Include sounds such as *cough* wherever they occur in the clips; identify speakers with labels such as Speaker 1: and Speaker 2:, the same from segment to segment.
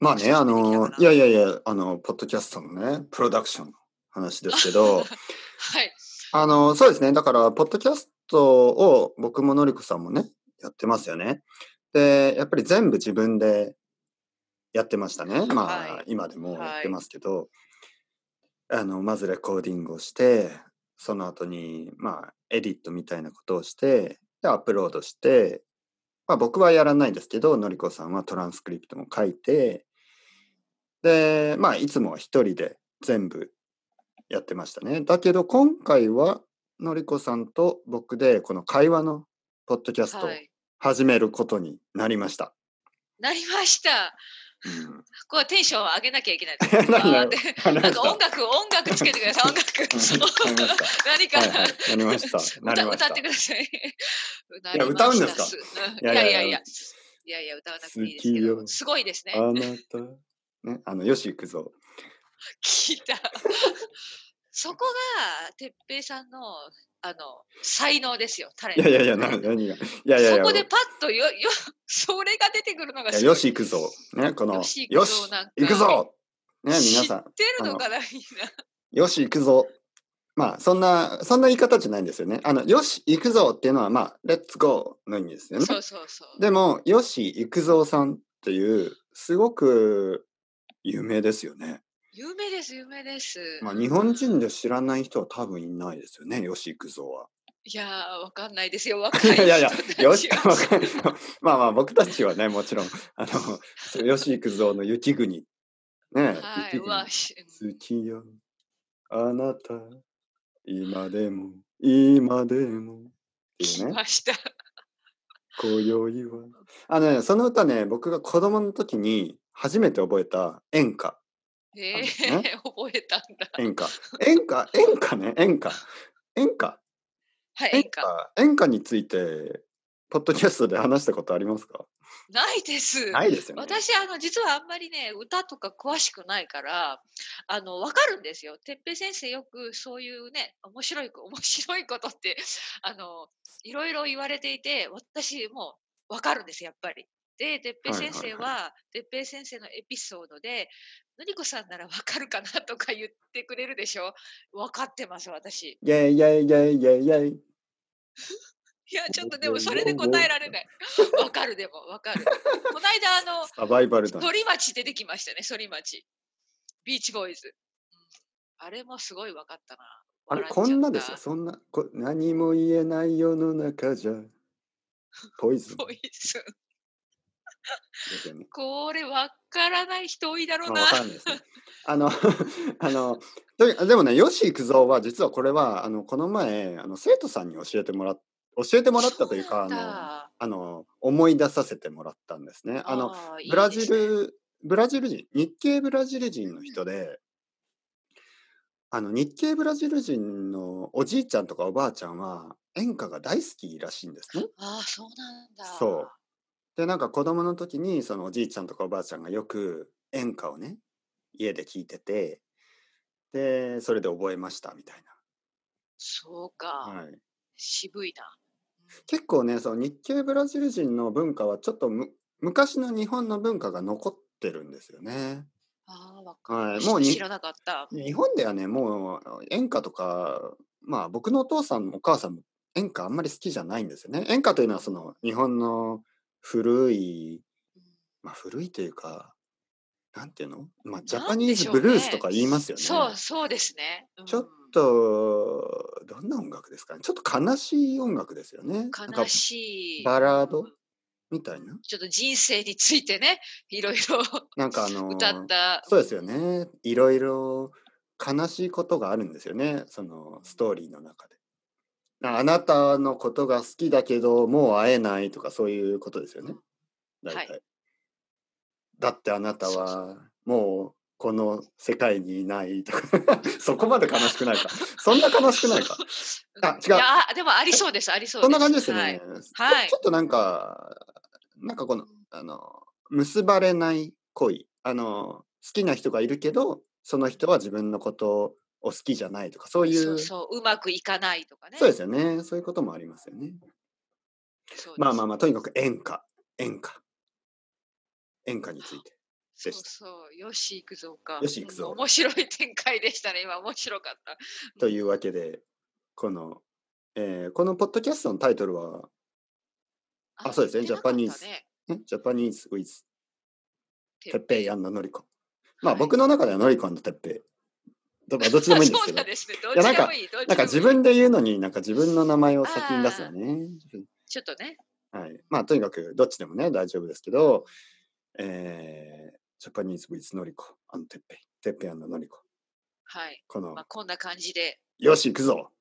Speaker 1: まあね、あの、いやいやいや、あの、ポッドキャストのね、プロダクションの話ですけ
Speaker 2: *laughs*
Speaker 1: ど、
Speaker 2: はい。
Speaker 1: あの、そうですね。だから、ポッドキャストを僕ものりこさんもね、やってますよね。で、やっぱり全部自分でやってましたね。まあ、
Speaker 2: はい
Speaker 1: 今でもやってますけど、あの、まずレコーディングをして、その後に、まあ、エディットみたいなことをして、で、アップロードして、まあ、僕はやらないですけど、のりこさんはトランスクリプトも書いて、で、まあ、いつもは一人で全部やってましたね。だけど今回はのりこさんと僕でこの会話のポッドキャストを
Speaker 2: はい。
Speaker 1: 始めることになりました。
Speaker 2: なりました。
Speaker 1: うん
Speaker 2: こうテンションを上げなきゃいけないで
Speaker 1: *laughs*
Speaker 2: すね。
Speaker 1: 何
Speaker 2: わーっ
Speaker 1: 何
Speaker 2: て
Speaker 1: わかりま
Speaker 2: *laughs* なん
Speaker 1: し
Speaker 2: か
Speaker 1: た
Speaker 2: 音楽、音楽つけてください、音楽。
Speaker 1: わかりました
Speaker 2: 何か、
Speaker 1: *laughs* はいはいなりましたなり
Speaker 2: *laughs* 歌
Speaker 1: ました
Speaker 2: 歌ってください。 *laughs*
Speaker 1: いや歌うんですか
Speaker 2: いやいやいやいや。いやいや、歌わなくていいですけ
Speaker 1: 好き
Speaker 2: ど、
Speaker 1: よ
Speaker 2: すごいですね。
Speaker 1: あなた。ね、あの、よし行くぞ。
Speaker 2: 聞いた。 *laughs* そこが、てっぺいさんの、あの、才能ですよ、タレン
Speaker 1: い
Speaker 2: ト。
Speaker 1: やいやいや、な何が。いやいやい
Speaker 2: そ
Speaker 1: や
Speaker 2: こでパッとよ、よ、それが出てくるのが
Speaker 1: いや、
Speaker 2: すごい
Speaker 1: よし行くぞ。ね、この、よ
Speaker 2: よ
Speaker 1: し
Speaker 2: し、
Speaker 1: 行
Speaker 2: 行
Speaker 1: く
Speaker 2: く
Speaker 1: ぞ
Speaker 2: ぞなんか
Speaker 1: ね、皆さ
Speaker 2: 知
Speaker 1: ん
Speaker 2: っ、てるのかな、みんな。
Speaker 1: よし行くぞ。まあ、そんな、そんな言い方じゃないんですよね。あの、よし行くぞっていうのは、まあ、レッツゴーの意味ですよね。
Speaker 2: そうそうそう。
Speaker 1: でも、吉幾三さんっていう、すごく有名ですよね。
Speaker 2: 有名です、有名です。
Speaker 1: まあ、日本人で知らない人は多分いないですよね、吉幾三は。
Speaker 2: いやー、わかんないですよ、若
Speaker 1: い
Speaker 2: い人
Speaker 1: *laughs* やい
Speaker 2: *laughs*
Speaker 1: やいや、よし
Speaker 2: た、ち
Speaker 1: わ
Speaker 2: は
Speaker 1: かんないまあまあ、僕たちはね、もちろん、あの、 *laughs* 吉幾三の雪国。ね、
Speaker 2: はい、
Speaker 1: 雪
Speaker 2: う
Speaker 1: 国
Speaker 2: わ、し
Speaker 1: 好きよ、あなた、今でも、今でも。ってい
Speaker 2: 来
Speaker 1: うね。
Speaker 2: ました。
Speaker 1: 今宵は。あのね、その歌ね、僕が子供の時に初めて覚えた演歌。で
Speaker 2: えー
Speaker 1: すね
Speaker 2: *laughs* 覚えたんだ。
Speaker 1: 演歌。演歌、演歌ね、演歌。演歌。
Speaker 2: はい、演
Speaker 1: 演
Speaker 2: 歌。
Speaker 1: 歌。演歌について、ポッドキャストで話したことありますか
Speaker 2: ないです。
Speaker 1: ないですよね。
Speaker 2: 私あの実はあんまりね歌とか詳しくないからあのわかるんですよ。てっぺい先生よくそういうね面白いこ面白いことってあのいろいろ言われていて私もうわかるんですやっぱり。でてっぺい
Speaker 1: はいはい
Speaker 2: 先
Speaker 1: はい
Speaker 2: 生はてっぺい先生のエピソードで「のりこさんならわかるかな?」とか言ってくれるでしょ分かってます私
Speaker 1: イェイイェイイェイイェイイェイ。
Speaker 2: いやちょっとでもそれで答えられないわかるでもわかるこの間あの
Speaker 1: サバイバルだね。
Speaker 2: 反町出てきましたね、反町。ビーチボーイズ。うんあれもすごい分かったな。
Speaker 1: あれ、
Speaker 2: 笑っちゃ
Speaker 1: こ
Speaker 2: った
Speaker 1: んなですよ。そんなこ、何も言えない世の中じゃ。ポイズン
Speaker 2: ボーイズ
Speaker 1: ですよね。
Speaker 2: これ分からない人多いだろう
Speaker 1: ま
Speaker 2: な
Speaker 1: あ、わ。からないですね。あの、 *laughs* あの、とにでもね、吉幾三は、実はこれは、あの、この前、あの、生徒さんに教えてもらっ、教えてもらったというか、
Speaker 2: そうなん
Speaker 1: あの、
Speaker 2: だ
Speaker 1: あの思い出させてもらったんですね。あの
Speaker 2: あー
Speaker 1: ブラジ
Speaker 2: いいですね
Speaker 1: ルブラジル人日系ブラジル人の人で、あの日系ブラジル人のおじいちゃんとかおばあちゃんは演歌が大好きらしいんですね。
Speaker 2: あー、そうなんだ。
Speaker 1: そうでなんか子供の時にそのおじいちゃんとかおばあちゃんがよく演歌をね家で聞いててでそれで覚えましたみたい
Speaker 2: そう
Speaker 1: な。
Speaker 2: か。
Speaker 1: はい
Speaker 2: 渋いな。
Speaker 1: 結構ねその日系ブラジル人の文化はちょっとむ昔の日本の文化が残ってるんですよね。
Speaker 2: ああ、分か
Speaker 1: は
Speaker 2: る。
Speaker 1: い、もうに
Speaker 2: 知らなかった。
Speaker 1: 日本ではねもう演歌とかまあ僕のお父さんもお母さんも演歌あんまり好きじゃないんですよね。演歌というのはその日本の古いまあ古いというかなんていうのまあジャパニーズブルースとか言いますよね。
Speaker 2: そう、そうですね。うん
Speaker 1: ちょっとどんな音楽ですかねちょっと悲しい音楽ですよね。なんか
Speaker 2: 悲しい。
Speaker 1: バラード
Speaker 2: うん
Speaker 1: みたいな。
Speaker 2: ちょっと人生についてね、いろいろ
Speaker 1: なんかあのー
Speaker 2: 歌った。
Speaker 1: そうですよね。いろいろ悲しいことがあるんですよね。そのストーリーの中で。なあなたのことが好きだけど、もう会えないとかそういうことですよね。大体。
Speaker 2: は
Speaker 1: だってあなた
Speaker 2: そうそ
Speaker 1: はもうこの世界にいないとか。 *laughs* そこまで悲しくないか。そんな悲しく
Speaker 2: *laughs*
Speaker 1: ないか。あ違う
Speaker 2: いや、でもありそうです、ありそうです。
Speaker 1: そんな感じですよね。
Speaker 2: はい
Speaker 1: ちょ
Speaker 2: はい
Speaker 1: ちょっとなんか、なんかこの、あの、結ばれない恋。あの、好きな人がいるけど、その人は自分のことを好きじゃないとか、そういう、
Speaker 2: そうそう、うまくいかないとかね。
Speaker 1: そうですよね。そういうこともありますよね。
Speaker 2: そうです
Speaker 1: まあまあまあ、とにかく演歌、演歌、演歌について。
Speaker 2: そう
Speaker 1: でした
Speaker 2: そう、よし行くぞか。
Speaker 1: よし行くぞ
Speaker 2: うん面白い展開でしたね。今面白かった。
Speaker 1: というわけで、この、えーこのポッドキャストのタイトルは、あそうですね
Speaker 2: 言ってなか
Speaker 1: ジャパ
Speaker 2: った
Speaker 1: ニーズんジャパニーズ・ウィズ・
Speaker 2: て
Speaker 1: テッペイノリコ。まあ、
Speaker 2: はい
Speaker 1: 僕の中ではノリコテッペイ。どまあどっちでもいいんですけ
Speaker 2: そうな
Speaker 1: ど
Speaker 2: ん。ですね。ど
Speaker 1: いや
Speaker 2: っちでもいい。ど *laughs*
Speaker 1: な
Speaker 2: っ
Speaker 1: ん
Speaker 2: ち
Speaker 1: か
Speaker 2: でもいい
Speaker 1: 自分で言うのに、なんか自分の名前を先に出すのね。
Speaker 2: ちょっとね。
Speaker 1: はい。まあ、とにかく、どっちでもね、大丈夫ですけど、えー、ジャパニーズ・ウィズ・ノリコ、アンテッペイ、テッペイノリコ。
Speaker 2: はい。
Speaker 1: この
Speaker 2: まあ、、こんな感じで、
Speaker 1: よし、行くぞ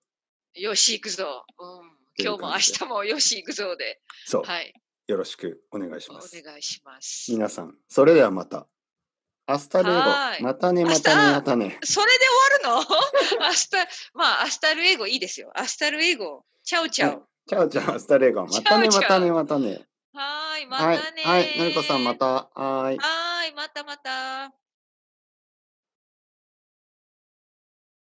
Speaker 2: よし行くぞ。うん。
Speaker 1: ていう
Speaker 2: 今日も明
Speaker 1: 感じで
Speaker 2: 日もよし行くぞで、
Speaker 1: そう、
Speaker 2: はい。
Speaker 1: よろしくお願いし
Speaker 2: お
Speaker 1: ます。
Speaker 2: 願いします。
Speaker 1: 皆さん、それではまた。アスタルエゴ
Speaker 2: はーい
Speaker 1: またね、またね、またね。
Speaker 2: それで終わるの *laughs* 明日、まあ、明日ルエゴいいですよ。明日ルエゴ。チャオチャオ。
Speaker 1: チャオチャオ、アスタルエゴまたね、
Speaker 2: チャ
Speaker 1: ま
Speaker 2: オチャオ
Speaker 1: たね、またね。
Speaker 2: はーい、ま
Speaker 1: はい
Speaker 2: たね、ー。
Speaker 1: はい、のりこさん、ま。た。はーい。
Speaker 2: はーい、またまた。